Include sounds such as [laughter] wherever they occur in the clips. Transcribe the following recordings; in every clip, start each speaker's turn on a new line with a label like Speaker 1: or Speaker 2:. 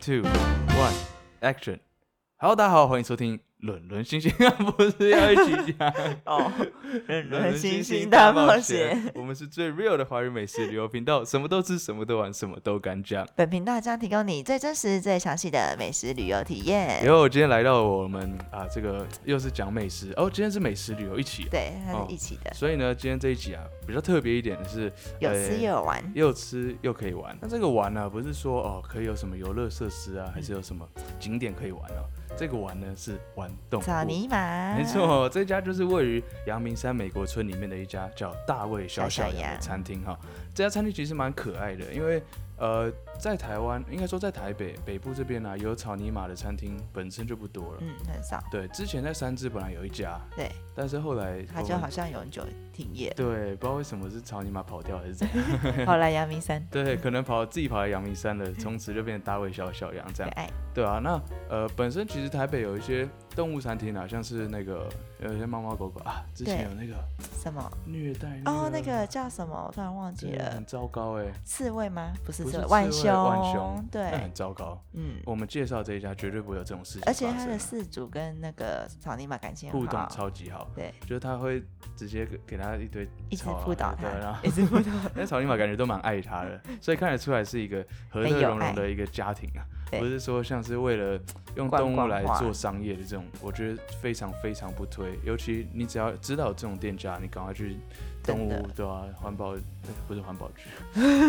Speaker 1: two one action。Hello，大家好，欢迎收听《伦伦星 [laughs] 星》，不是要一起
Speaker 2: [laughs]
Speaker 1: 讲 [laughs]
Speaker 2: 哦，人
Speaker 1: 伦
Speaker 2: 人
Speaker 1: 伦
Speaker 2: 星
Speaker 1: 星
Speaker 2: 星
Speaker 1: 星
Speaker 2: 大
Speaker 1: 冒
Speaker 2: 冒险。。
Speaker 1: 我们是最 real 的华语美食旅游频道，什么都吃，什么都玩，什么都敢讲。
Speaker 2: 本频道将提供你最真实、最详细的美食旅游体验。
Speaker 1: 然后我今天来到我们啊，这个又是讲美食哦，今天是美食旅游一起、
Speaker 2: 对，它
Speaker 1: 哦
Speaker 2: 是一起的，
Speaker 1: 所以呢，今天这一集啊，比较特别一点的是，
Speaker 2: 有
Speaker 1: 呃
Speaker 2: 吃又有玩。
Speaker 1: 又吃又可以玩。那这个玩呢、不是说哦可以有什么游乐设施啊，还是有什么景点可以玩哦、这个玩呢是玩动物。
Speaker 2: 草泥马，
Speaker 1: 没，错，这家就是位于阳明山美国村里面的一家叫大卫小小
Speaker 2: 小小
Speaker 1: 羊
Speaker 2: 羊
Speaker 1: 的餐厅哈。这家餐厅其实蛮可爱的，因为呃，在台湾应该说在台北北部这边呢、有草泥马的餐厅本身就不多了。
Speaker 2: 嗯，很少。
Speaker 1: 对，之前在三芝本来有一家，
Speaker 2: 对，
Speaker 1: 但是后来
Speaker 2: 它
Speaker 1: 我
Speaker 2: 就
Speaker 1: 们。
Speaker 2: 好像永久停业
Speaker 1: [laughs] 对，不知道为什么是草泥马跑掉还是怎样。
Speaker 2: 后来阳明山，
Speaker 1: 对，可能跑自己跑来阳明山了，从此就变成大卫小小羊这
Speaker 2: 可 [laughs]
Speaker 1: 样。
Speaker 2: 爱，
Speaker 1: 对啊，那呃，本身其实台北有一些动物餐厅啊，像是那个有一些猫猫狗狗啊，之前
Speaker 2: 对
Speaker 1: 有那个
Speaker 2: 什么？
Speaker 1: 虐待那
Speaker 2: 哦，那个叫什么？我突然忘记
Speaker 1: 对
Speaker 2: 了
Speaker 1: 很。糟糕哎、
Speaker 2: 刺猬吗？不是
Speaker 1: 不
Speaker 2: 刺
Speaker 1: 是
Speaker 2: 猬，
Speaker 1: 刺
Speaker 2: 浣
Speaker 1: 猬浣
Speaker 2: 熊。
Speaker 1: 那
Speaker 2: 对
Speaker 1: 很，糟糕。
Speaker 2: 嗯。
Speaker 1: 我们介绍这一家绝对不会有这种事情发
Speaker 2: 而且
Speaker 1: 生啊，
Speaker 2: 它的饲主跟那个草泥马感情
Speaker 1: 互
Speaker 2: 很
Speaker 1: 动
Speaker 2: 好，
Speaker 1: 超 [laughs] 级好，
Speaker 2: 对，
Speaker 1: 就是他会直接给给他一堆
Speaker 2: 一直
Speaker 1: 草啊
Speaker 2: 辅导
Speaker 1: 对然后
Speaker 2: 它，一直辅导。 [laughs]
Speaker 1: 那草泥马感觉都蛮爱他的，所以看得出来是一个和乐融融的一个家庭啊，
Speaker 2: 很有爱对
Speaker 1: 不是说像是为了用动物来
Speaker 2: 观光化
Speaker 1: 做商业的这种，我觉得非常非常不推。尤其你只要知道有这种店家，你赶快去动物
Speaker 2: 真的
Speaker 1: 对啊，环保呃不是环保局，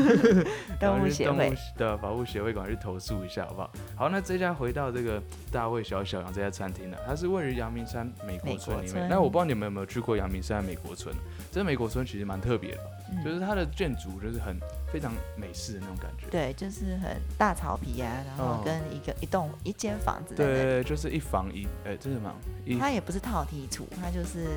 Speaker 1: 赶
Speaker 2: 动
Speaker 1: 快
Speaker 2: 物
Speaker 1: 去
Speaker 2: 协
Speaker 1: 啊动
Speaker 2: 会
Speaker 1: 物，的保护协会，赶快去投诉一下好不好？好，那这家回到这个大卫小小羊这家餐厅呢、它是位于阳明山美国村里
Speaker 2: 美国
Speaker 1: 面。
Speaker 2: 村
Speaker 1: 那我不知道你们有没有去过阳明山美国村？这美国村其实蛮特别的。
Speaker 2: 嗯
Speaker 1: 就是它的建筑就是很非常美式的那种感觉。
Speaker 2: 对，就是很大草皮啊，然
Speaker 1: 哦
Speaker 2: 后跟一个、一栋一间房子在那里，
Speaker 1: 对，就是一房一，呃，这是什么？一
Speaker 2: 它也不是套梯处，它就是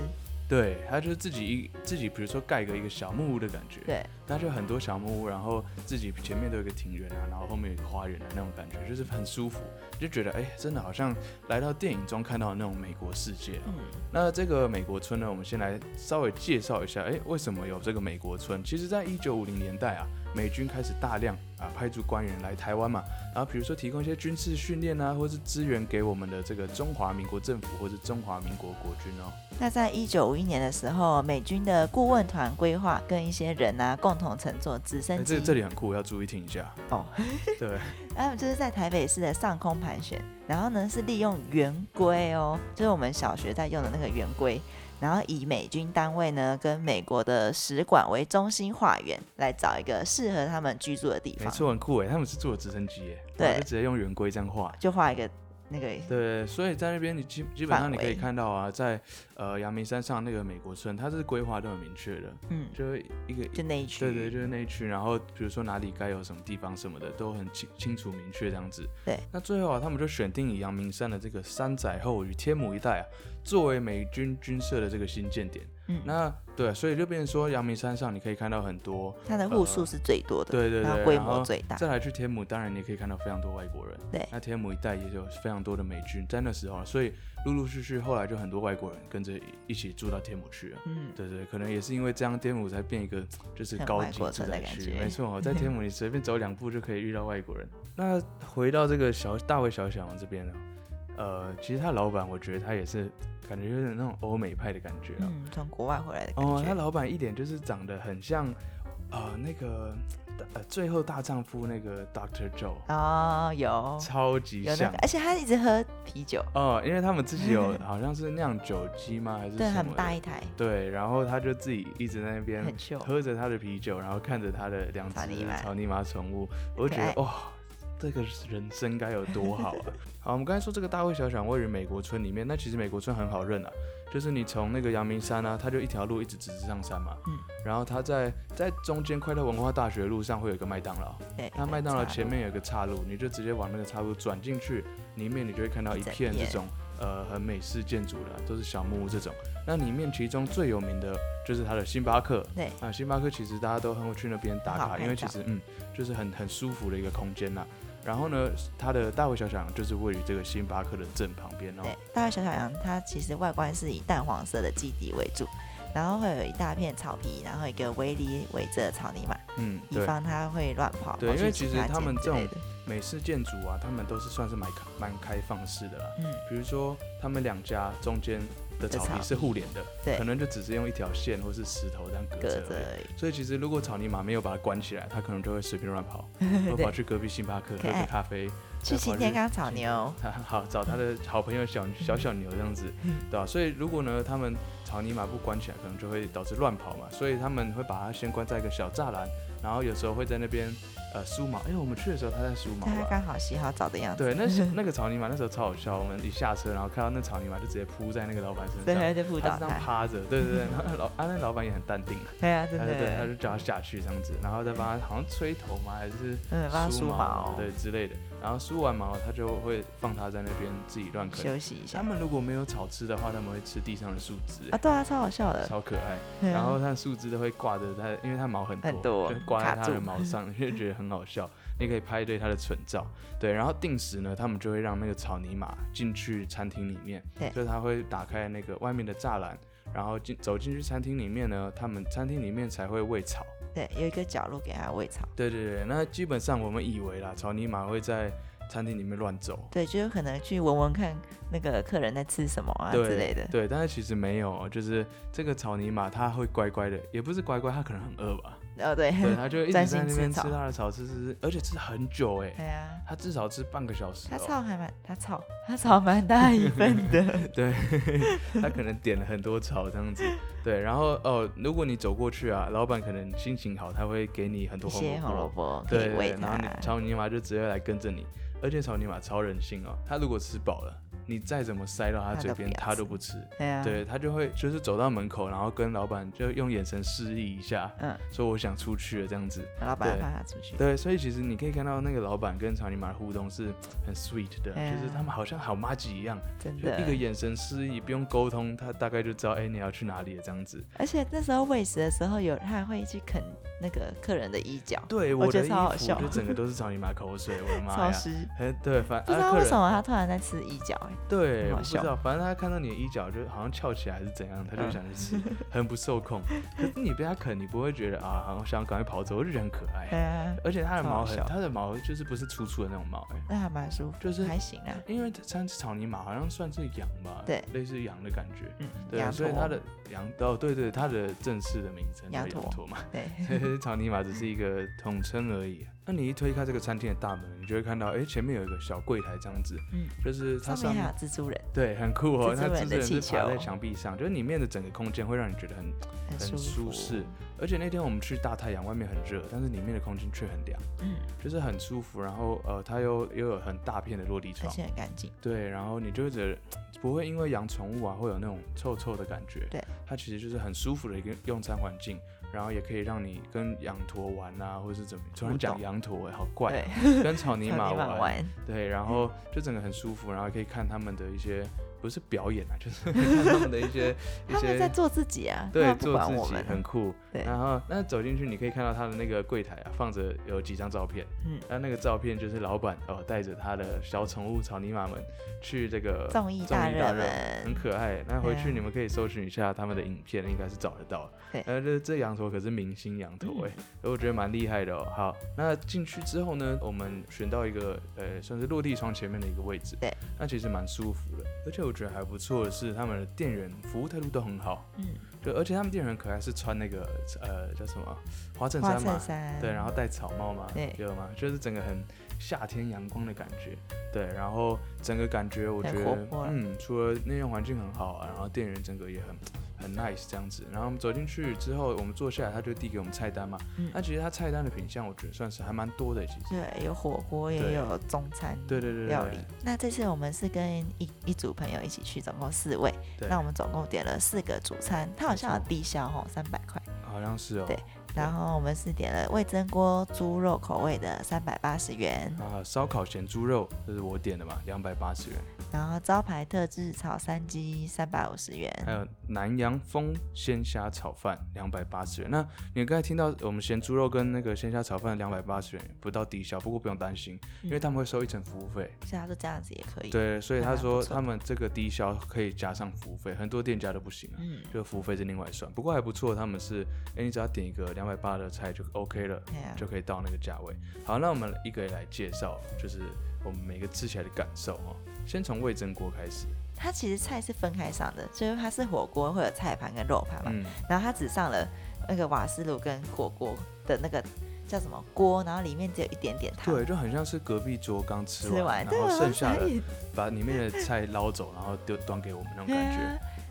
Speaker 1: 对，它就是自己一自己，比如说盖个一个小木屋的感觉。，
Speaker 2: 对
Speaker 1: 它就很多小木屋，然后自己前面都有一个庭院啊，然后后面有一个花园的那种感觉，就是很舒服，就觉得哎、真的好像来到电影中看到的那种美国世界哦、
Speaker 2: 嗯
Speaker 1: 那这个美国村呢，我们先来稍微介绍一下，哎、为什么有这个美国村？其实，在一九五零年代啊，美军开始大量啊派驻官员来台湾嘛，然后比如说提供一些军事训练啊，或是支援给我们的这个中华民国政府或是中华民国国军哦。
Speaker 2: 那在一九五一年的时候，美军的顾问团规划跟一些人啊共同乘坐直
Speaker 1: 哎、
Speaker 2: 升机，
Speaker 1: 这这里很酷，要注意听一下
Speaker 2: 哦。
Speaker 1: 对，
Speaker 2: 他们就是在台北市的上空盘旋，然后呢是利用圆规哦，就是我们小学在用的那个圆规，然后以美军单位呢跟美国的使馆为中心化圆，来找一个适合他们居住的地
Speaker 1: 没
Speaker 2: 方，
Speaker 1: 错，很酷哎，他们是坐直升机哎，
Speaker 2: 对
Speaker 1: 然后就直接用圆规这样画，
Speaker 2: 就画一个那个
Speaker 1: 对，所以在那边你基基本上
Speaker 2: 范
Speaker 1: 你可以
Speaker 2: 围
Speaker 1: 看到啊，在呃阳明山上那个美国村，它是规划都很明确的，
Speaker 2: 嗯，
Speaker 1: 就是一个
Speaker 2: 就那一区，
Speaker 1: 对对，就是那一区，然后比如说哪里该有什么地方什么的，都很清清楚明确这样子。
Speaker 2: 对，
Speaker 1: 那最后啊，他们就选定以阳明山的这个山仔后与天母一带啊，作为美军军社的这个新建点。
Speaker 2: 嗯
Speaker 1: 那对，所以就变成说阳明山上你可以看到很多，
Speaker 2: 它的户数是最多的，
Speaker 1: 呃对对
Speaker 2: 然
Speaker 1: 对，
Speaker 2: 后规
Speaker 1: 然后
Speaker 2: 模最大。
Speaker 1: 再来去天母，当然你也可以看到非常多外国人。
Speaker 2: 对
Speaker 1: 那天母一带也有非常多的美军在那时候啊，所以陆陆续续后来就很多外国人跟着一起住到天母去了。啊
Speaker 2: 嗯，
Speaker 1: 对对，可能也是因为这样，天母才变一个就是
Speaker 2: 很
Speaker 1: 高
Speaker 2: 外
Speaker 1: 级
Speaker 2: 国
Speaker 1: 住
Speaker 2: 村的
Speaker 1: 宅
Speaker 2: 感
Speaker 1: 区。
Speaker 2: 觉
Speaker 1: 没错、哦，在天母你随便走两步就可以遇到外国人。那回到这个小大卫小小王这边呢，啊呃，其实他老板我觉得他也是感觉有点那种欧美派的感觉啊。
Speaker 2: 嗯，从国外回来的感
Speaker 1: 哦，
Speaker 2: 觉。
Speaker 1: 他老板一点就是长得很像，呃，那个呃最后大丈夫那个 Doctor Joe，、
Speaker 2: 哦，有
Speaker 1: 超级
Speaker 2: 有那
Speaker 1: 像
Speaker 2: 个，。而且他一直喝啤酒，
Speaker 1: 哦，因为他们自己
Speaker 2: [laughs]
Speaker 1: 有好像是酿酒机吗？还是
Speaker 2: 对，
Speaker 1: 什
Speaker 2: 很
Speaker 1: 么的
Speaker 2: 大一台，
Speaker 1: 对，然后他就自己一直在那边
Speaker 2: 很秀
Speaker 1: 喝着他的啤酒，然后看着他的两
Speaker 2: 草泥
Speaker 1: 只
Speaker 2: 马
Speaker 1: 草泥马宠物，我就觉
Speaker 2: 可
Speaker 1: 得哇、哦这个人生该有多好
Speaker 2: [laughs]
Speaker 1: 啊！好，我们刚才说这个大卫小小位于美国村里面，那其实美国村很好认啊，就是你从那个阳明山啊，它就一条路一直直直上山嘛，
Speaker 2: 嗯，
Speaker 1: 然后它在在中间快到文化大学的路上会有一个麦当劳，
Speaker 2: 对，
Speaker 1: 它麦当劳
Speaker 2: 很差
Speaker 1: 前面有一个岔路，你就直接往那个岔路转进去，里面你就会看到一
Speaker 2: 一整
Speaker 1: 片这
Speaker 2: 片
Speaker 1: 种呃很美式建筑的啊，都是小木屋这种。那里面其中最有名的就是它的星巴克。
Speaker 2: 对
Speaker 1: 啊，星巴克其实大家都很会去那边打
Speaker 2: 很好
Speaker 1: 卡，
Speaker 2: 拍
Speaker 1: 因为其
Speaker 2: 照
Speaker 1: 实嗯就是很很舒服的一个空间呐、然后呢，它的大卫小小羊就是位于这个星巴克的正旁边哦。
Speaker 2: 对，大卫小小羊啊它其实外观是以淡黄色的基底为主，然后会有一大片草皮，然后一个围篱围着草泥马，
Speaker 1: 嗯，
Speaker 2: 以
Speaker 1: 对。
Speaker 2: 防它会乱跑。
Speaker 1: 对
Speaker 2: 跑
Speaker 1: 因为
Speaker 2: 去
Speaker 1: 其
Speaker 2: 其
Speaker 1: 实
Speaker 2: 他
Speaker 1: 他
Speaker 2: 间
Speaker 1: 们
Speaker 2: 之
Speaker 1: 这种
Speaker 2: 类的
Speaker 1: 美式建筑啊，他们都是算是蛮开蛮开放式的啦。
Speaker 2: 嗯，
Speaker 1: 比如说他们两家中间的草
Speaker 2: 草
Speaker 1: 皮
Speaker 2: 地
Speaker 1: 是互连的，
Speaker 2: 对
Speaker 1: 可能就只是用一条线或是石头这样隔
Speaker 2: 隔
Speaker 1: 着
Speaker 2: 着
Speaker 1: 而已。
Speaker 2: 而已。
Speaker 1: 所以其实如果草泥马没有把它关起来，它可能就会随便乱
Speaker 2: [laughs]
Speaker 1: 跑，会跑去隔壁星巴克喝
Speaker 2: 可爱
Speaker 1: 个咖啡，
Speaker 2: 去
Speaker 1: 跑
Speaker 2: 擎天岗草牛，
Speaker 1: 他 [laughs] 好找他的好朋友小小小牛这样
Speaker 2: [laughs]
Speaker 1: 子，对吧、所以如果呢，他们草泥马不关起来，可能就会导致乱跑嘛。所以他们会把它先关在一个小栅栏，然后有时候会在那边呃梳毛。哎、我们去的时候它在梳毛啊
Speaker 2: 但他
Speaker 1: 吧。
Speaker 2: 刚好洗好澡的样子，
Speaker 1: 对，那
Speaker 2: [laughs]
Speaker 1: 是那个草泥马那时候超好笑，我们一下车，然后看到那草泥马就直接扑在那个老板身
Speaker 2: 真
Speaker 1: 上，
Speaker 2: 的就辅
Speaker 1: 他
Speaker 2: 导
Speaker 1: 是这样
Speaker 2: 他，
Speaker 1: 趴着，对对对，然后老啊那老板也很淡定，
Speaker 2: 哎对啊，真
Speaker 1: 他就对他
Speaker 2: 的，
Speaker 1: 就叫他下去这样子，然后再帮他好像吹头嘛还是
Speaker 2: 嗯，帮他梳毛，
Speaker 1: 对之类的。然后梳完毛，他就会放它在那边自己乱啃。
Speaker 2: 休息一
Speaker 1: 他
Speaker 2: 下
Speaker 1: 们如果没有草吃的话，他们会吃地上的树枝、
Speaker 2: 啊，对啊，超好笑的，
Speaker 1: 超可爱。
Speaker 2: 对啊
Speaker 1: 然后它的树枝都会挂着它，因为它毛很多，
Speaker 2: 很多
Speaker 1: 就挂在
Speaker 2: 卡
Speaker 1: 它
Speaker 2: 住
Speaker 1: 的毛上，就觉得很好笑。你可以拍对它的蠢照，对。然后定时呢，他们就会让那个草泥马进去餐厅里面，
Speaker 2: 对
Speaker 1: 就是它会打开那个外面的栅栏，然后进走进去餐厅里面呢，他们餐厅里面才会喂草。
Speaker 2: 对，有一个角落给他喂草，
Speaker 1: 对对对，那基本上我们以为啦，草泥马会在餐厅里面乱走。
Speaker 2: 对，就有可能去闻闻看那个客人在吃什么啊
Speaker 1: 对
Speaker 2: 之类的，
Speaker 1: 对，但是其实没有，哦就是这个草泥马它会乖乖的，也不是乖乖，它可能很饿吧，
Speaker 2: 哦对， [laughs]
Speaker 1: 对，它就一直
Speaker 2: 专
Speaker 1: 在
Speaker 2: 心
Speaker 1: 那
Speaker 2: 吃
Speaker 1: 边吃
Speaker 2: 草
Speaker 1: 它的草，吃吃吃，而且吃很久哎、
Speaker 2: 对啊，
Speaker 1: 它至少吃半个小时、
Speaker 2: 他
Speaker 1: [laughs] 哦，
Speaker 2: 草还蛮，他草他草蛮大一份的，
Speaker 1: 它可能点了很多草这样子，对，然后哦，如果你走过去啊，老板可能心情好，他会给你很 [laughs]
Speaker 2: 一
Speaker 1: 多红
Speaker 2: 些红
Speaker 1: 萝
Speaker 2: 萝
Speaker 1: 卜，
Speaker 2: 卜可
Speaker 1: 对
Speaker 2: 以喂
Speaker 1: 对，然后你
Speaker 2: 他，
Speaker 1: 草泥马就直接来跟着你，而且草泥马超人性哦，它如果吃饱了，你再怎么塞到它
Speaker 2: 它
Speaker 1: 嘴
Speaker 2: 都不
Speaker 1: 边，
Speaker 2: 要
Speaker 1: 它
Speaker 2: 吃
Speaker 1: 都不吃，
Speaker 2: 对啊，
Speaker 1: 对他就会就是走到门口，然后跟老板就用眼神示意一下，
Speaker 2: 嗯，
Speaker 1: 说我想出去了这样子。
Speaker 2: 然后老板
Speaker 1: 对
Speaker 2: 放他出去，
Speaker 1: 对，所以其实你可以看到那个老板跟草泥马的互动是很 sweet 的，
Speaker 2: 哎呀
Speaker 1: 就是他们好像好妈吉一样，
Speaker 2: 真
Speaker 1: 就
Speaker 2: 的
Speaker 1: 一，个眼神示意，不用沟通，他大概就知道哎、你要去哪里了这样子。
Speaker 2: 而且那时候喂食的时候有他还会去啃那个客人的衣角，
Speaker 1: 对，
Speaker 2: 我
Speaker 1: 我
Speaker 2: 哦
Speaker 1: 的
Speaker 2: 觉得
Speaker 1: 衣
Speaker 2: 超好
Speaker 1: 服
Speaker 2: 笑
Speaker 1: 就整个都是草泥马口水，我的妈
Speaker 2: 超
Speaker 1: 呀！
Speaker 2: 湿。
Speaker 1: 哎，对，反
Speaker 2: 不知
Speaker 1: 啊
Speaker 2: 道
Speaker 1: 客
Speaker 2: 为
Speaker 1: 人
Speaker 2: 什么他突然在吃一角、欸，
Speaker 1: 对，
Speaker 2: 很
Speaker 1: 我
Speaker 2: 好
Speaker 1: 不知
Speaker 2: 笑
Speaker 1: 道，反正他看到你的衣角就好像翘起来还是怎样，他就
Speaker 2: 嗯
Speaker 1: 想去吃，很不受控。可是你被他啃，你不会觉得啊，好想赶快跑走，我就觉得很可
Speaker 2: 对
Speaker 1: 爱。
Speaker 2: 啊，
Speaker 1: 而且它的
Speaker 2: 超好
Speaker 1: 毛很，
Speaker 2: 笑
Speaker 1: 它的毛就是不是粗粗的那种毛、哎，
Speaker 2: 那还蛮舒服，
Speaker 1: 就是
Speaker 2: 还行啊，
Speaker 1: 因为三只草泥马好像算是羊吧，
Speaker 2: 对
Speaker 1: 类似羊的感觉。
Speaker 2: 嗯，
Speaker 1: 对，
Speaker 2: 羊
Speaker 1: 所以
Speaker 2: 驼
Speaker 1: 它的羊哦，对对，它的正式的名称叫
Speaker 2: 羊
Speaker 1: 羊
Speaker 2: 驼
Speaker 1: 驼嘛， [laughs]
Speaker 2: 对，
Speaker 1: 所以草泥马只是一个统称而已。啊那你一推开这个餐厅的大门，你就会看到，哎、前面有一个小柜台这样子，
Speaker 2: 嗯，
Speaker 1: 就是它
Speaker 2: 上
Speaker 1: 上
Speaker 2: 面
Speaker 1: 面
Speaker 2: 还有蜘蛛人，
Speaker 1: 对，很酷哦。
Speaker 2: 蜘蛛
Speaker 1: 它
Speaker 2: 人
Speaker 1: 真
Speaker 2: 的
Speaker 1: 是
Speaker 2: 气
Speaker 1: 爬
Speaker 2: 球
Speaker 1: 在墙壁上，就是里面的整个空间会让你觉得很
Speaker 2: 很
Speaker 1: 很
Speaker 2: 舒
Speaker 1: 舒
Speaker 2: 服，
Speaker 1: 适。而且那天我们去大太阳，外面很热，但是里面的空间却很凉，
Speaker 2: 嗯，
Speaker 1: 就是很舒服。然后呃，它又又有很大片的落地
Speaker 2: 而
Speaker 1: 窗，
Speaker 2: 且很干净，
Speaker 1: 对，然后你就会觉得不会因为养宠物啊会有那种臭臭的感觉。
Speaker 2: 对，
Speaker 1: 它其实就是很舒服的一个用餐环境，然后也可以让你跟羊驼玩啊，或者是怎么。突然
Speaker 2: 互
Speaker 1: 讲
Speaker 2: 动
Speaker 1: 羊驼、欸，好怪哦、
Speaker 2: 对，
Speaker 1: 跟
Speaker 2: [laughs]
Speaker 1: 草泥
Speaker 2: 草
Speaker 1: 马
Speaker 2: 泥
Speaker 1: 玩
Speaker 2: 马。玩，嗯
Speaker 1: 对，然后就整个很舒服，然后可以看他们的一些不是表演啊，就是 [laughs] 看他们的一些一
Speaker 2: [laughs] 他们在
Speaker 1: 些
Speaker 2: 做自己啊，他
Speaker 1: 对
Speaker 2: 们不
Speaker 1: 做
Speaker 2: 管
Speaker 1: 自
Speaker 2: 我
Speaker 1: 己，很
Speaker 2: 们，
Speaker 1: 酷。
Speaker 2: 对
Speaker 1: 然后那走进去，你可以看到他的那个柜台啊，放着有几张照片，
Speaker 2: 嗯，
Speaker 1: 那那个照片就是老板哦带着他的小宠物草泥马们去这个
Speaker 2: 综艺大热门
Speaker 1: 很可爱。那回
Speaker 2: 对
Speaker 1: 去
Speaker 2: 啊
Speaker 1: 你们可以搜寻一下他们的影片，应该是找得到。
Speaker 2: 对嗯
Speaker 1: 呃，这这羊驼可是明星羊驼哎、所以我觉得蛮厉害的哦。好，那进去之后呢，我们选到一个呃，算是落地窗前面的一个位置。
Speaker 2: 对，
Speaker 1: 那其实蛮舒服的，而且我觉得还不错的是，他们的店员服务态度都很好。
Speaker 2: 嗯，
Speaker 1: 对，而且他们店员很可爱，是穿那个呃叫什么啊花衬
Speaker 2: 花
Speaker 1: 衫嘛
Speaker 2: 衬，衫，
Speaker 1: 对，然后戴草帽嘛，
Speaker 2: 对
Speaker 1: 有吗？就是整个很夏天阳光的感觉，对，然后整个感觉我觉得
Speaker 2: 很活泼，
Speaker 1: 嗯，除了内容环境很好啊，然后店员整个也很很 nice 这样子。然后我们走进去之后，我们坐下来，他就递给我们菜单嘛。
Speaker 2: 嗯
Speaker 1: 那其实他菜单的品相，我觉得算是还蛮多的，其实。
Speaker 2: 对，有火锅也
Speaker 1: 对
Speaker 2: 有中餐，
Speaker 1: 对对对
Speaker 2: 料
Speaker 1: 对
Speaker 2: 理。那这次我们是跟一一组朋友一起去，总共四位。
Speaker 1: 对
Speaker 2: 那我们总共点了四个主餐，它好像有
Speaker 1: 没错
Speaker 2: 低消哦，三百块。
Speaker 1: 好像是哦。
Speaker 2: 对然后我们是点了味增锅猪肉口味的三百八十元，
Speaker 1: 啊，烧烤咸猪肉，这是我点的嘛，两百八十元。
Speaker 2: 然后招牌特制炒三鸡三百五十元。
Speaker 1: 还有南洋风鲜虾炒饭两百八十元。那你刚才听到我们咸猪肉跟那个鲜虾炒饭两百八十元不到低消，不过不用担心，
Speaker 2: 嗯
Speaker 1: 因为他们会收一层服务费。
Speaker 2: 所以他说这样子也可以。，
Speaker 1: 对，所以
Speaker 2: 嗯
Speaker 1: 他
Speaker 2: 还蛮不
Speaker 1: 说
Speaker 2: 错
Speaker 1: 他们这个低消可以加上服务费，很多店家都不行啊。
Speaker 2: 嗯，
Speaker 1: 就服务费是另外算，不过还不错，他们是，哎、你只要点一个两两百八的菜就 OK 了，
Speaker 2: 对啊，
Speaker 1: 就可以到那个价位。好，那我们一个一个来介绍，就是我们每个吃起来的感受哦。先从味增锅开始，
Speaker 2: 它其实菜是分开上的，就是它是火锅会有菜盘跟肉盘嘛，
Speaker 1: 嗯，
Speaker 2: 然后它只上了那个瓦斯炉跟火锅的那个叫什么锅，然后里面只有一点点汤。
Speaker 1: 对，就很像是隔壁桌刚吃
Speaker 2: 吃完，对
Speaker 1: 然
Speaker 2: 啊
Speaker 1: 后
Speaker 2: 我
Speaker 1: 剩下
Speaker 2: 哪
Speaker 1: 的
Speaker 2: 里
Speaker 1: 把里
Speaker 2: [laughs]
Speaker 1: 面的菜捞走，然后丢端给我们那种
Speaker 2: 对
Speaker 1: 感
Speaker 2: 啊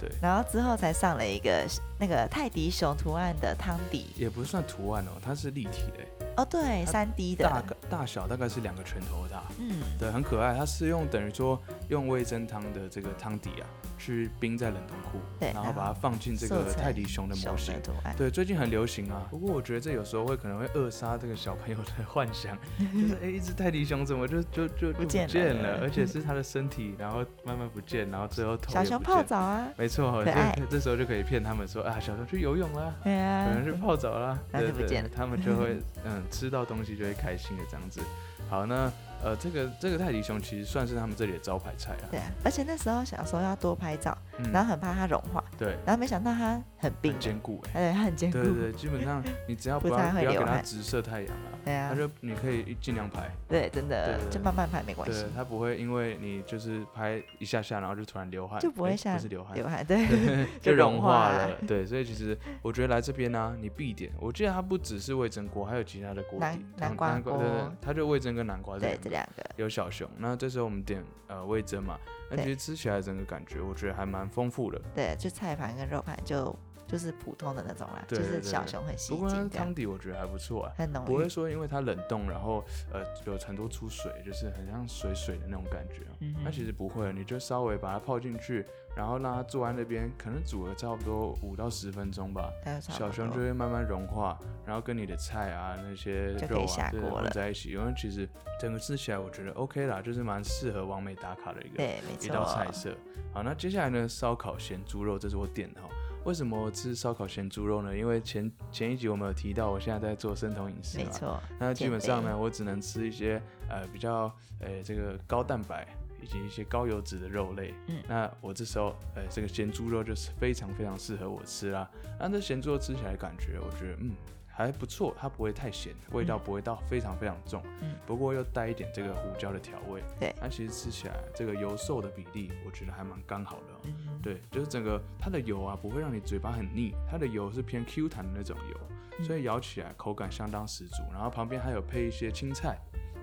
Speaker 1: 觉，对
Speaker 2: 然后之后才上了一个那个泰迪熊图案的汤底，
Speaker 1: 也不算图案哦，它是立体的，
Speaker 2: 哦，对，
Speaker 1: 它
Speaker 2: 三 D
Speaker 1: 大
Speaker 2: 的，
Speaker 1: 概大小大概是两个拳头大，
Speaker 2: 嗯，
Speaker 1: 对，很可爱。它是用等于说用味噌汤的这个汤底啊，去冰在冷冻库，
Speaker 2: 对
Speaker 1: 然
Speaker 2: 然
Speaker 1: 后
Speaker 2: 后
Speaker 1: 把它放进这
Speaker 2: 塑
Speaker 1: 个
Speaker 2: 成
Speaker 1: 泰迪熊的模
Speaker 2: 熊
Speaker 1: 型
Speaker 2: 的。图案，
Speaker 1: 对，最近很流行啊。不过我觉得这有时候会可能会扼杀这个小朋友的 [laughs] 幻想，就是哎、诶一只泰迪熊怎么就就就就
Speaker 2: 不见了嗯
Speaker 1: 了，而且是它的身体，然后慢慢不见，然后最后头
Speaker 2: 小
Speaker 1: 也
Speaker 2: 熊
Speaker 1: 不
Speaker 2: 泡
Speaker 1: 见
Speaker 2: 澡啊，
Speaker 1: 没错，
Speaker 2: 可爱
Speaker 1: 这这时候就可以骗他们说啊，小熊去游泳啦，
Speaker 2: 对
Speaker 1: 小
Speaker 2: 啊
Speaker 1: 熊，去泡澡啦，
Speaker 2: 然
Speaker 1: 对
Speaker 2: 后就不
Speaker 1: 对，
Speaker 2: 见了
Speaker 1: 他们就会嗯吃到东西就会开心的这样子。好，那呃这个这个泰迪熊其实算是他们这里的招牌菜了，
Speaker 2: 对啊，而且那时候想说要多拍照，然
Speaker 1: 嗯，
Speaker 2: 后很怕它融化，
Speaker 1: 对，
Speaker 2: 然后没想到它很冰
Speaker 1: 很，坚固哎、
Speaker 2: 哎，它很坚固
Speaker 1: 对，对对，基本
Speaker 2: [laughs]
Speaker 1: 上你只要
Speaker 2: 不
Speaker 1: 不要
Speaker 2: 太会
Speaker 1: 不要给
Speaker 2: 流
Speaker 1: 它
Speaker 2: 汗
Speaker 1: 直射太阳啊，
Speaker 2: 对
Speaker 1: 它
Speaker 2: 啊，
Speaker 1: 就你可以尽量排，
Speaker 2: 对，真的
Speaker 1: 对对
Speaker 2: 就慢慢拍没关系
Speaker 1: 对，，它不会因为你就是拍一下下，然后就突然流汗，
Speaker 2: 就不
Speaker 1: 哎
Speaker 2: 会像
Speaker 1: 不是流汗，
Speaker 2: 流汗，对， [laughs]
Speaker 1: 就
Speaker 2: 就
Speaker 1: 融
Speaker 2: 融
Speaker 1: 化
Speaker 2: 化
Speaker 1: 了。
Speaker 2: [laughs]
Speaker 1: 对，所以其实我觉得来这边呢、你必点。我记得它不只是味噌锅，还有其他的锅底，
Speaker 2: 南
Speaker 1: 它
Speaker 2: 南瓜
Speaker 1: 对对
Speaker 2: 锅
Speaker 1: 它就味噌跟南瓜这
Speaker 2: 对
Speaker 1: 两，
Speaker 2: 这
Speaker 1: 个。
Speaker 2: 两个，
Speaker 1: 有小熊，那这时候我们点呃味噌嘛，那其
Speaker 2: 对
Speaker 1: 实吃起来整个感觉，我觉得还蛮丰富的。
Speaker 2: 对，就菜盘跟肉盘就就是普通的那种啦，
Speaker 1: 对
Speaker 2: 就
Speaker 1: 对
Speaker 2: 是
Speaker 1: 对
Speaker 2: 小
Speaker 1: 对
Speaker 2: 熊很
Speaker 1: 不
Speaker 2: 吸
Speaker 1: 过它的
Speaker 2: 睛这样
Speaker 1: 汤，底我觉得还不错啊，
Speaker 2: 很浓
Speaker 1: 不会
Speaker 2: 郁，
Speaker 1: 说因为它冷冻，然后呃有很多出水，就是很像水水的那种感觉啊。
Speaker 2: 嗯
Speaker 1: 那其
Speaker 2: 哼，
Speaker 1: 实不会，你就稍微把它泡进去，然后让它坐在那边，可能煮了差不多五到十分钟吧。
Speaker 2: 它就差
Speaker 1: 小
Speaker 2: 不
Speaker 1: 熊就
Speaker 2: 多
Speaker 1: 会慢慢融化，然后跟你的菜啊那些
Speaker 2: 就可以
Speaker 1: 肉啊
Speaker 2: 下
Speaker 1: 对
Speaker 2: 锅
Speaker 1: 混
Speaker 2: 了
Speaker 1: 在一起，因为其实整个吃起来我觉得 OK 啦，就是蛮适合完美打卡的一个
Speaker 2: 对，没
Speaker 1: 一
Speaker 2: 错，
Speaker 1: 道菜色。好，那接下来呢，烧烤咸猪肉，这是我点的哈。为什么吃烧烤咸猪肉呢？因为前前一集我们有提到，我现在在做生酮饮食
Speaker 2: 没
Speaker 1: 嘛，
Speaker 2: 错，
Speaker 1: 那基
Speaker 2: 减
Speaker 1: 本上
Speaker 2: 肥
Speaker 1: 呢，我只能吃一些呃比较呃这个高蛋白以及一些高油脂的肉类。
Speaker 2: 嗯
Speaker 1: 那我这时候呃这个咸猪肉就是非常非常适合我吃啦。那这咸猪肉吃起来感觉，我觉得嗯还不错，它不会太咸，味道
Speaker 2: 嗯
Speaker 1: 不会到非常非常重，
Speaker 2: 嗯
Speaker 1: 不过又带一点这个胡椒的调味。
Speaker 2: 对
Speaker 1: 那其实吃起来这个油瘦的比例，我觉得还蛮刚好的哦、
Speaker 2: 嗯哼
Speaker 1: 对，就是整个它的油啊，不会让你嘴巴很腻，它的油是偏 Q 弹的那种油，
Speaker 2: 嗯
Speaker 1: 所以咬起来口感相当十足。然后旁边还有配一些青菜，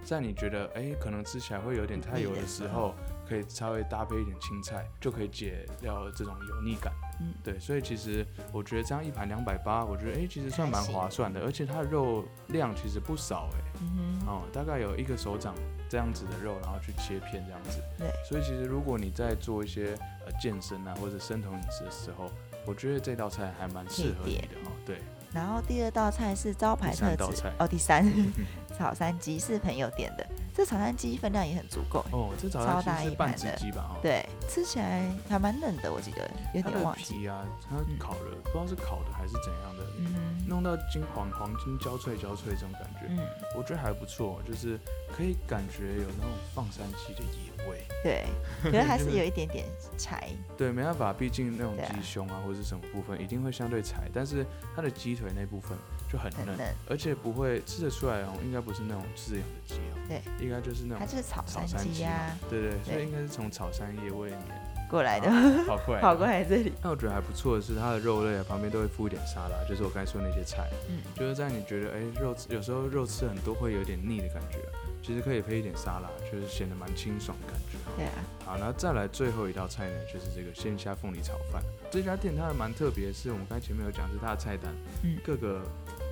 Speaker 1: 在你觉得哎、诶可能吃起来会有点太油的时候，可以稍微搭配一点青菜，就可以解掉这种油腻感。
Speaker 2: 嗯
Speaker 1: 对，所以其实我觉得这样一盘两百八，我觉得哎、诶其实算
Speaker 2: 还
Speaker 1: 蛮
Speaker 2: 行
Speaker 1: 划算的，而且它的肉量其实不少哎、
Speaker 2: 嗯哼，
Speaker 1: 哦，大概有一个手掌这样子的肉，然后去切片这样子。
Speaker 2: 对
Speaker 1: 所以其实如果你在做一些呃健身啊或者生酮饮食的时候，我觉得这道菜还蛮适合你的哦。对，
Speaker 2: 然后第二道菜是招牌
Speaker 1: 第三
Speaker 2: 特
Speaker 1: 道
Speaker 2: 制
Speaker 1: 菜
Speaker 2: 哦，第三
Speaker 1: [laughs]
Speaker 2: [laughs] 炒三鸡是朋友点的，这炒三鸡分量也很足够，
Speaker 1: 哦，这早
Speaker 2: 超
Speaker 1: 餐
Speaker 2: 大
Speaker 1: 其实
Speaker 2: 一
Speaker 1: 是半
Speaker 2: 盘
Speaker 1: 只
Speaker 2: 的
Speaker 1: 鸡吧？哦，
Speaker 2: 对，吃起来还蛮嫩的，我记得有
Speaker 1: 它
Speaker 2: 点
Speaker 1: 的
Speaker 2: 忘记，
Speaker 1: 皮啊，它
Speaker 2: 嗯
Speaker 1: 烤了，不知道是烤的还是怎样的，
Speaker 2: 嗯哼，
Speaker 1: 弄到金黄黄金焦脆焦脆这种感觉，
Speaker 2: 嗯，
Speaker 1: 我觉得还不错，就是可以感觉有那种放山鸡的野味。
Speaker 2: 对，可是还是有一点点柴，
Speaker 1: 对，没办法，毕竟那种
Speaker 2: 对啊
Speaker 1: 鸡胸啊或者什么部分一定会相对柴，但是它的鸡腿那部分就很
Speaker 2: 很
Speaker 1: 嫩，
Speaker 2: 嫩，
Speaker 1: 而且不会吃得出来哦，应该不是那种饲养的鸡哦，
Speaker 2: 对，
Speaker 1: 应该就是那
Speaker 2: 它
Speaker 1: 种
Speaker 2: 就是炒
Speaker 1: 草
Speaker 2: 三
Speaker 1: 山
Speaker 2: 鸡啊
Speaker 1: 鸡
Speaker 2: 呀
Speaker 1: 嘛，对对，所以
Speaker 2: 对
Speaker 1: 应该是从草山野味里面 [laughs]
Speaker 2: 过来的，
Speaker 1: 跑过啊来的。
Speaker 2: 跑过来这里，
Speaker 1: 那我觉得还不错的是，它的肉类啊旁边都会附一点沙拉，就是我刚才说那些菜，
Speaker 2: 嗯
Speaker 1: 就是在你觉得哎肉吃有时候肉吃很多会有点腻的感觉，其实可以配一点沙拉，就是显得蛮清爽的感觉哦。
Speaker 2: 对啊，
Speaker 1: 好，那再来最后一道菜呢，就是这个鲜虾凤梨炒饭。这家店它还蛮特别的是，我们刚才前面有讲是它的菜单，
Speaker 2: 嗯
Speaker 1: 各个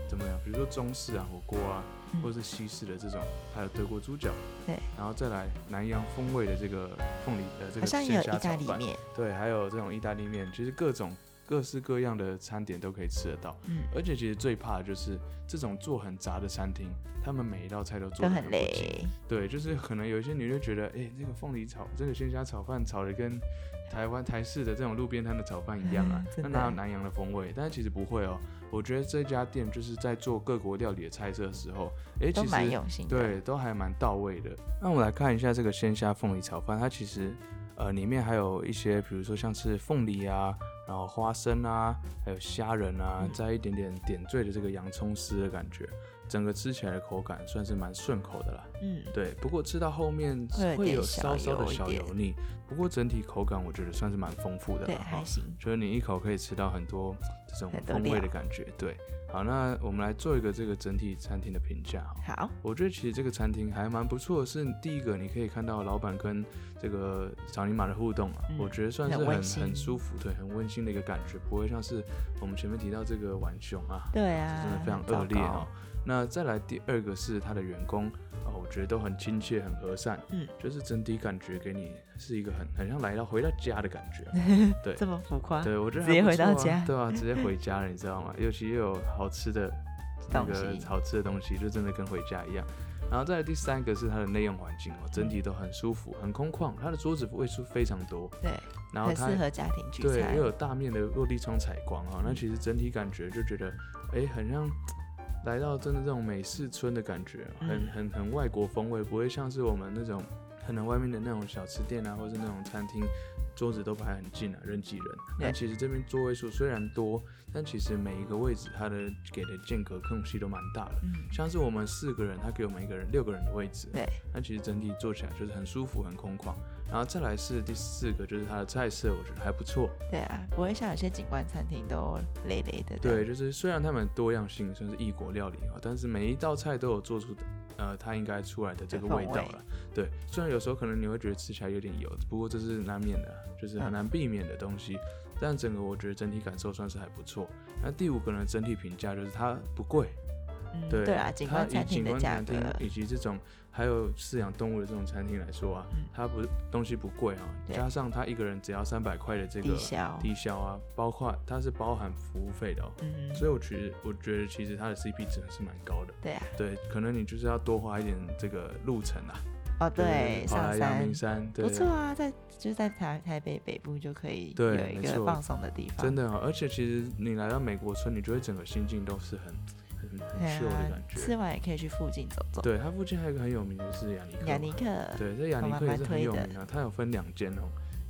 Speaker 1: 怎么样，比如说中式啊、火锅啊，
Speaker 2: 嗯
Speaker 1: 或者是西式的这种，还有德国猪脚，
Speaker 2: 对，
Speaker 1: 然后再来南洋风味的这个凤梨呃这
Speaker 2: 好
Speaker 1: 个
Speaker 2: 像也有
Speaker 1: 鲜虾
Speaker 2: 意
Speaker 1: 炒
Speaker 2: 大利
Speaker 1: 饭，
Speaker 2: 面，
Speaker 1: 对，还有这种意大利面，其实各种各式各样的餐点都可以吃得到。
Speaker 2: 嗯，
Speaker 1: 而且其实最怕的就是这种做很杂的餐厅，他们每一道菜都做
Speaker 2: 都
Speaker 1: 得
Speaker 2: 很
Speaker 1: 不精
Speaker 2: 累，
Speaker 1: 对，就是可能有一些你就觉得，哎、这个凤梨炒，这个鲜虾炒饭炒的跟台湾台式的这种路边摊的炒饭一样
Speaker 2: [laughs]，
Speaker 1: 啊那
Speaker 2: 真的
Speaker 1: 哪有南洋的风味？但是其实不会哦，我觉得这家店就是在做各国料理的菜色的时候，哎、
Speaker 2: 都
Speaker 1: 其
Speaker 2: 蛮
Speaker 1: 实
Speaker 2: 用心的，
Speaker 1: 对，都还蛮到位的。那我们来看一下这个鲜虾凤梨炒饭，它其实呃里面还有一些，比如说像是凤梨啊，然后花生啊，还有虾仁啊，
Speaker 2: 嗯
Speaker 1: 再一点点点缀的这个洋葱丝的感觉，整个吃起来的口感算是蛮顺口的啦。
Speaker 2: 嗯，
Speaker 1: 对，不过吃到后面
Speaker 2: 会有
Speaker 1: 会
Speaker 2: 点
Speaker 1: 有
Speaker 2: 小
Speaker 1: 稍稍的
Speaker 2: 油一
Speaker 1: 小
Speaker 2: 点
Speaker 1: 油腻，不过整体口感我觉得算是蛮丰富的
Speaker 2: 对，
Speaker 1: 啦。哈
Speaker 2: 还行。
Speaker 1: 就是你一口可以吃到很多这种
Speaker 2: 很多
Speaker 1: 风味
Speaker 2: 料
Speaker 1: 的感觉。对，好，那我们来做一个这个整体餐厅的评价哈。
Speaker 2: 好，
Speaker 1: 我觉得其实这个餐厅还蛮不错的，是第一个你可以看到老板跟这个草泥马的互动啊，
Speaker 2: 嗯
Speaker 1: 我觉得算是
Speaker 2: 很
Speaker 1: 很
Speaker 2: 温
Speaker 1: 很
Speaker 2: 馨
Speaker 1: 舒服，对，很温馨的一个感觉，不会像是我们前面提到这个浣熊啊，
Speaker 2: 对
Speaker 1: 这
Speaker 2: 啊，
Speaker 1: 真的非常
Speaker 2: 很糟
Speaker 1: 恶劣
Speaker 2: 糕
Speaker 1: 哦。那再来第二个是他的员工啊、我觉得都很亲切、很和善，
Speaker 2: 嗯，
Speaker 1: 就是整体感觉给你是一个很很像来到回到家的感觉啊、对
Speaker 2: 这么浮夸，
Speaker 1: 对，我觉得
Speaker 2: 啊直接
Speaker 1: 还不
Speaker 2: 回到
Speaker 1: 错啊
Speaker 2: 家
Speaker 1: 对啊，直接回家了，你知道
Speaker 2: [laughs]
Speaker 1: 吗？尤其又有好吃的那
Speaker 2: 东
Speaker 1: 个
Speaker 2: 西
Speaker 1: 好吃的东西，就真的跟回家一样。然后再来第三个是它的内用环境哦，整体都很舒服、很空旷，它的桌子位数非常多，
Speaker 2: 对，
Speaker 1: 然后
Speaker 2: 很
Speaker 1: 它
Speaker 2: 适合家庭聚
Speaker 1: 对
Speaker 2: 餐嗯
Speaker 1: 又。有大面的落地窗采光哦，那其实整体感觉就觉得，哎，很像来到真的这种美式村的感觉，很
Speaker 2: 嗯
Speaker 1: 很很外国风味，不会像是我们那种可能外面的那种小吃店啊，或是那种餐厅，桌子都排很近啊，人挤人。那
Speaker 2: 对
Speaker 1: 其实这边座位数虽然多，但其实每一个位置它的给的间隔空隙都蛮大的。
Speaker 2: 嗯，
Speaker 1: 像是我们四个人，他给我们一个人六个人的位置，
Speaker 2: 对，
Speaker 1: 那其实整体做起来就是很舒服、很空旷。然后再来是第四个，就是它的菜色，我觉得还不错。
Speaker 2: 对啊，不会像有些景观餐厅都累累的。
Speaker 1: 对，，就是虽然他们多样性算是异国料理啊，但是每一道菜都有做出呃它应该出来的这个
Speaker 2: 的
Speaker 1: 味
Speaker 2: 风
Speaker 1: 道
Speaker 2: 味
Speaker 1: 了。对，虽然有时候可能你会觉得吃起来有点油，不过这是难免的，就是很
Speaker 2: 嗯
Speaker 1: 难避免的东西。但整个我觉得整体感受算是还不错。那第五个呢，整体评价就是它不贵，
Speaker 2: 嗯，
Speaker 1: 对
Speaker 2: 对啊，景
Speaker 1: 它
Speaker 2: 观
Speaker 1: 以
Speaker 2: 餐厅
Speaker 1: 景
Speaker 2: 的
Speaker 1: 观
Speaker 2: 价
Speaker 1: 餐
Speaker 2: 格
Speaker 1: 厅，以及这种还有饲养动物的这种餐厅来说啊，
Speaker 2: 嗯
Speaker 1: 它不东西不贵啊，
Speaker 2: 对
Speaker 1: 加上它一个人只要三百块的这个
Speaker 2: 低消，
Speaker 1: 低消啊，包括它是包含服务费的哦。
Speaker 2: 嗯，
Speaker 1: 所以我觉得，我觉得其实它的 CP 值还是蛮高的。
Speaker 2: 对啊，
Speaker 1: 对，可能你就是要多花一点这个路程啊。
Speaker 2: 哦
Speaker 1: 就是
Speaker 2: 对，
Speaker 1: 跑
Speaker 2: 上
Speaker 1: 来阳
Speaker 2: 山
Speaker 1: 明山，对
Speaker 2: 不，错啊，在就是在台台北北部就可以有
Speaker 1: 对
Speaker 2: 一
Speaker 1: 没
Speaker 2: 个
Speaker 1: 错
Speaker 2: 放松的地方，
Speaker 1: 真的、哦。而且其实你来到美国村，你就会整个心境都是很很很
Speaker 2: 对
Speaker 1: chill 的
Speaker 2: 啊
Speaker 1: 感，觉。
Speaker 2: 吃完也可以去附近走走。
Speaker 1: 对，它附近还有一个很有名的是雅尼克嘛。
Speaker 2: 雅尼克，
Speaker 1: 对，这雅尼
Speaker 2: 我
Speaker 1: 克
Speaker 2: 妈
Speaker 1: 也
Speaker 2: 妈
Speaker 1: 是很有
Speaker 2: 推的
Speaker 1: 名的，它有分两间哦，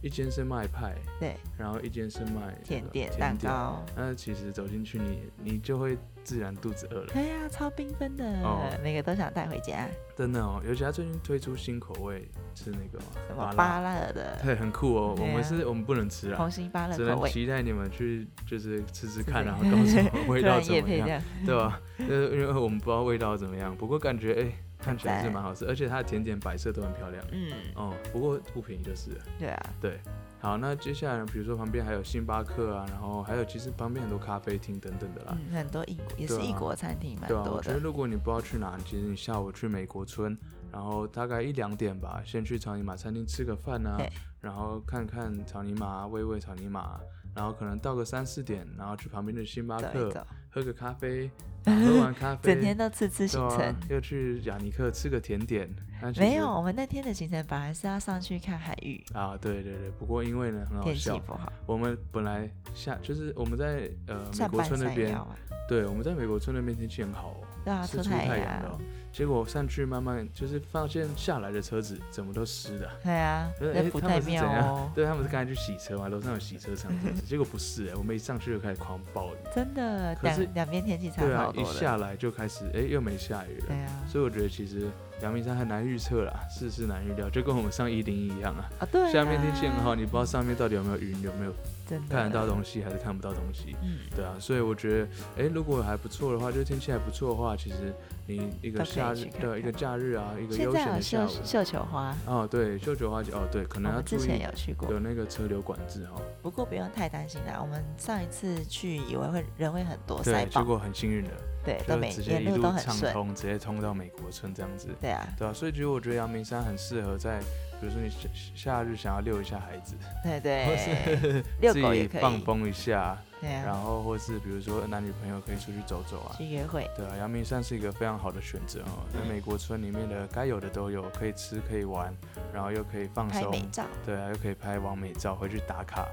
Speaker 1: 一间是卖派，
Speaker 2: 对，
Speaker 1: 然后一间是卖那
Speaker 2: 甜
Speaker 1: 个
Speaker 2: 点、蛋。糕，
Speaker 1: 那其实走进去你你就会自然肚子饿了，
Speaker 2: [laughs] 对啊，超缤纷
Speaker 1: 哦
Speaker 2: 的，每个都想带回家。
Speaker 1: 真的哦。尤其它最近推出新口味是那个
Speaker 2: 什
Speaker 1: 麻
Speaker 2: 么
Speaker 1: 辣
Speaker 2: 芭乐的
Speaker 1: 对，很酷哦。
Speaker 2: 对
Speaker 1: 我
Speaker 2: 啊
Speaker 1: 们是我们不能吃啊，
Speaker 2: 红心芭乐
Speaker 1: 只
Speaker 2: 口
Speaker 1: 能
Speaker 2: 味，
Speaker 1: 期待你们去就是吃吃
Speaker 2: [laughs]
Speaker 1: 看，
Speaker 2: 吃
Speaker 1: 然后告诉我
Speaker 2: 突
Speaker 1: 味道
Speaker 2: 然
Speaker 1: 怎
Speaker 2: 也
Speaker 1: 么
Speaker 2: 配这
Speaker 1: 样，
Speaker 2: 样，
Speaker 1: 对吧？ [laughs] 呃，因为我们不知道味道怎么样，不过感觉哎、看起来
Speaker 2: 很
Speaker 1: 是
Speaker 2: 赞
Speaker 1: 蛮好吃，而且它的甜点摆设都很漂亮。
Speaker 2: 嗯，
Speaker 1: 哦，不过不便宜就是了
Speaker 2: 对啊，
Speaker 1: 对。好，那接下来呢，比如说旁边还有星巴克啊，然后还有其实旁边很多咖啡厅等等的啦。
Speaker 2: 嗯，很多异国也
Speaker 1: 啊对
Speaker 2: 是
Speaker 1: 啊
Speaker 2: 异国餐厅蛮
Speaker 1: 对啊，
Speaker 2: 多
Speaker 1: 我觉得
Speaker 2: 的，
Speaker 1: 如果你不知道去哪，其实你下午去美国村，然后大概一两点吧，先去草泥马餐厅吃个饭啊
Speaker 2: 对，
Speaker 1: 然后看看草泥马，喂喂草泥马，然后可能到个三四点，然后去旁边的星巴
Speaker 2: 走一
Speaker 1: 克
Speaker 2: 走，
Speaker 1: 喝个咖
Speaker 2: [laughs]
Speaker 1: 啡，然后喝完咖啡，
Speaker 2: 整天都吃吃
Speaker 1: 对
Speaker 2: 行
Speaker 1: 啊
Speaker 2: 程。，
Speaker 1: 又去雅尼克吃个甜点，那其
Speaker 2: 没
Speaker 1: 实
Speaker 2: 有，我们那天的行程本来是要上去看海域，
Speaker 1: 啊，对对对，不过因为呢很好
Speaker 2: 天气
Speaker 1: 笑，啊
Speaker 2: 不好，
Speaker 1: 我们本来下就是我们在呃美
Speaker 2: 上
Speaker 1: 国
Speaker 2: 半
Speaker 1: 村那
Speaker 2: 山
Speaker 1: 边
Speaker 2: 腰，啊，
Speaker 1: 对，我们在美国村那边天气很好哦，
Speaker 2: 对啊，
Speaker 1: 是
Speaker 2: 出
Speaker 1: 出太阳的、哦
Speaker 2: 阳，。
Speaker 1: 结果上去慢慢就是发现下来的车子怎么都湿的啊、
Speaker 2: 对啊，
Speaker 1: 就是
Speaker 2: 那
Speaker 1: 诶
Speaker 2: 不
Speaker 1: 他
Speaker 2: 太
Speaker 1: 们是怎
Speaker 2: 妙
Speaker 1: 样
Speaker 2: 哦？，
Speaker 1: [laughs] 对，他们是刚才去洗车嘛，楼上有洗车场这样
Speaker 2: [laughs]
Speaker 1: 子，结果不是哎、我们一上去就开始狂暴雨，
Speaker 2: 真的，
Speaker 1: 可是
Speaker 2: 两两边天气差
Speaker 1: 对啊
Speaker 2: 好，
Speaker 1: 一
Speaker 2: 多的，
Speaker 1: 下来就开始哎、又没下雨了
Speaker 2: 对，啊，
Speaker 1: 所以我觉得其实阳明山很难预测啦，世事难预料，就跟我们上一零一样啊，
Speaker 2: 啊对啊，
Speaker 1: 下面天气很好，你不知道上面到底有没有云，有没有
Speaker 2: 真的
Speaker 1: 看得到东西还是看不到东西，
Speaker 2: 嗯，
Speaker 1: 对啊，所以我觉得，哎、如果还不错的话，就是天气还不错的话，其实你一个
Speaker 2: 都可以
Speaker 1: 夏日
Speaker 2: 去看
Speaker 1: 对一个
Speaker 2: 看
Speaker 1: 假日啊，一个
Speaker 2: 现
Speaker 1: 悠
Speaker 2: 在
Speaker 1: 闲
Speaker 2: 有
Speaker 1: 的下
Speaker 2: 绣
Speaker 1: 午，
Speaker 2: 绣球花，
Speaker 1: 哦，对，绣球花节，哦，对，可
Speaker 2: 我
Speaker 1: 能要
Speaker 2: 们
Speaker 1: 注
Speaker 2: 之前
Speaker 1: 意
Speaker 2: 有去过，
Speaker 1: 有那个车流管制哦。
Speaker 2: 不过不用太担心啦。我们上一次去以为会人会很多，塞
Speaker 1: 对，结
Speaker 2: 爆，
Speaker 1: 果很幸运的，
Speaker 2: 对，都
Speaker 1: 就
Speaker 2: 没
Speaker 1: 直接
Speaker 2: 沿
Speaker 1: 一
Speaker 2: 路
Speaker 1: 路
Speaker 2: 都很
Speaker 1: 畅
Speaker 2: 顺，
Speaker 1: 通，直接通到美国村这样子。
Speaker 2: 对啊，
Speaker 1: 对啊，所以其实我觉得阳明山很适合在，比如说你夏夏日想要遛一下孩子，
Speaker 2: 对
Speaker 1: 或 [laughs]
Speaker 2: 对，
Speaker 1: 是
Speaker 2: 哎遛
Speaker 1: 自
Speaker 2: 狗
Speaker 1: 己
Speaker 2: 也可
Speaker 1: 放
Speaker 2: 以，
Speaker 1: 风一下，
Speaker 2: 对
Speaker 1: 然
Speaker 2: 啊，
Speaker 1: 后或是比如说男女朋友可以出去走走啊，
Speaker 2: 去约会，
Speaker 1: 对啊，阳明山是一个非常好的选择
Speaker 2: 嗯
Speaker 1: 哦。在美国村里面的该有的都有，可以吃，可以玩，然后又可以放
Speaker 2: 拍
Speaker 1: 松，
Speaker 2: 美照，
Speaker 1: 对啊，又可以拍完美照，回去打卡，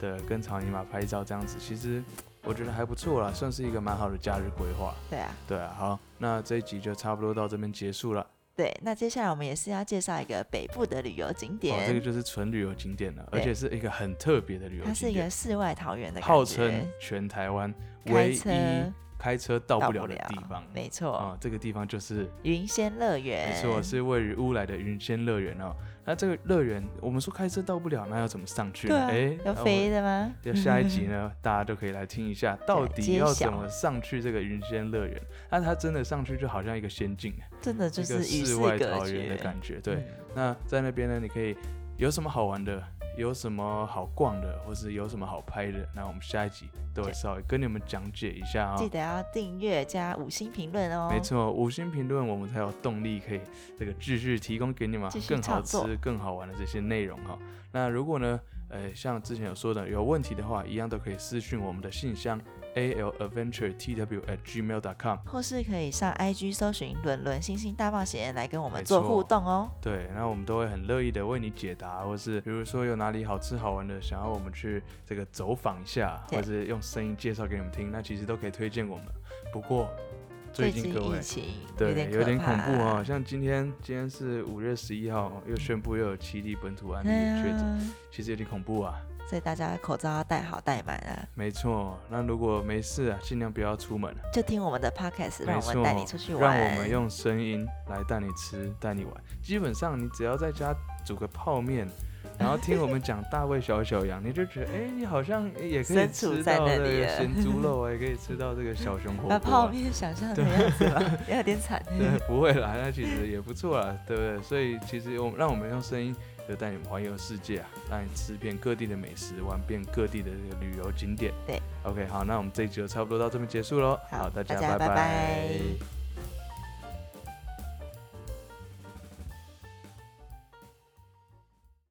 Speaker 2: 对
Speaker 1: 跟草泥马拍照这样子，其实我觉得还不错啦，算是一个蛮好的假日规划。
Speaker 2: 对啊，
Speaker 1: 对啊，好，那这一集就差不多到这边结束了。
Speaker 2: 对，那接下来我们也是要介绍一个北部的旅游景点，
Speaker 1: 哦，这个就是纯旅游景点了，而
Speaker 2: 对
Speaker 1: 且是一个很特别的旅游
Speaker 2: 它是
Speaker 1: 景
Speaker 2: 一个
Speaker 1: 点，
Speaker 2: 世外桃源的感觉，
Speaker 1: 号称全台湾
Speaker 2: 开
Speaker 1: 唯一
Speaker 2: 车
Speaker 1: 开车到
Speaker 2: 到
Speaker 1: 不了
Speaker 2: 不
Speaker 1: 的地方。
Speaker 2: 没错，
Speaker 1: 啊、这个地方就是
Speaker 2: 云仙乐园，
Speaker 1: 没错，是位于乌来的云仙乐园哦。那这个乐园，我们说开车到不了，那要怎么上去
Speaker 2: 对
Speaker 1: 呢？
Speaker 2: 啊，
Speaker 1: 哎、
Speaker 2: 要
Speaker 1: 那我
Speaker 2: 飞的吗？
Speaker 1: 要下一集
Speaker 2: [laughs]
Speaker 1: 呢，大家都可以来听一下，到底
Speaker 2: 揭
Speaker 1: 要
Speaker 2: 晓
Speaker 1: 怎么上去这个云仙乐园？那它真的上去就好像一个仙境，
Speaker 2: 真的就
Speaker 1: 一
Speaker 2: 是
Speaker 1: 个
Speaker 2: 与
Speaker 1: 世外
Speaker 2: 隔
Speaker 1: 桃
Speaker 2: 绝
Speaker 1: 源的感觉。对，
Speaker 2: 嗯
Speaker 1: 那在那边呢，你可以有什么好玩的，有什么好逛的，或是有什么好拍的，那我们下一集都会
Speaker 2: 对
Speaker 1: 稍微跟你们讲解一下啊、
Speaker 2: 记得要订阅加五星评论哦。
Speaker 1: 没，错，五星评论我们才有动力可以这个继续提供给你们
Speaker 2: 继续
Speaker 1: 更好
Speaker 2: 创作
Speaker 1: 吃、更好玩的这些内容哈。那如果呢，呃，像之前有说的，有问题的话，一样都可以私讯我们的信箱 a l adventure t w at gmail dot com。
Speaker 2: 或是可以上 IG 搜寻“伦伦星星大冒险”来跟我们
Speaker 1: 没
Speaker 2: 做
Speaker 1: 错
Speaker 2: 互动哦。
Speaker 1: 对，那我们都会很乐意的为你解答，或是比如说有哪里好吃好玩的，想要我们去这个走访一下，
Speaker 2: 对
Speaker 1: 或是用声音介绍给你们听，那其实都可以推荐我们。不过最
Speaker 2: 最
Speaker 1: 近
Speaker 2: 近
Speaker 1: 各位
Speaker 2: 疫。情
Speaker 1: 对，
Speaker 2: 点
Speaker 1: 有
Speaker 2: 可
Speaker 1: 点恐
Speaker 2: 怕
Speaker 1: 怖哦。。像今天，今天是五月十一号，又宣布又有七例本土案例
Speaker 2: 对
Speaker 1: 的确诊，
Speaker 2: 啊，
Speaker 1: 其实有点恐怖啊。
Speaker 2: 所以大家口罩要戴好戴满啊，
Speaker 1: 没错，那如果没事啊，尽量不要出门。
Speaker 2: 就听我们的 podcast，让
Speaker 1: 没
Speaker 2: 我
Speaker 1: 错，
Speaker 2: 们带你出去玩。
Speaker 1: 让我们用声音来带你吃、带你玩。基本上，你只要在家煮个泡面，然后听我们讲大卫小小羊，你就觉得，哎、你好像也可以
Speaker 2: 身处
Speaker 1: 吃
Speaker 2: 在
Speaker 1: 到
Speaker 2: 那
Speaker 1: 这
Speaker 2: 里
Speaker 1: 个
Speaker 2: 了
Speaker 1: 咸猪肉啊，也可以吃到这个小
Speaker 2: [laughs]
Speaker 1: 熊火锅、
Speaker 2: 把
Speaker 1: 啊。
Speaker 2: 泡面想象的样子吧，也有点惨。
Speaker 1: [laughs] 对，不会啦，那其实也不错啦，对不对？所以其实我们让我们用声音就带你们环游世界啊，让你吃遍各地的美食，玩遍各地的这个旅游景点。
Speaker 2: 对
Speaker 1: ，OK，好，那我们这一集就差不多到这边结束喽。
Speaker 2: 好
Speaker 1: 大家
Speaker 2: 大家拜
Speaker 1: 拜
Speaker 2: 拜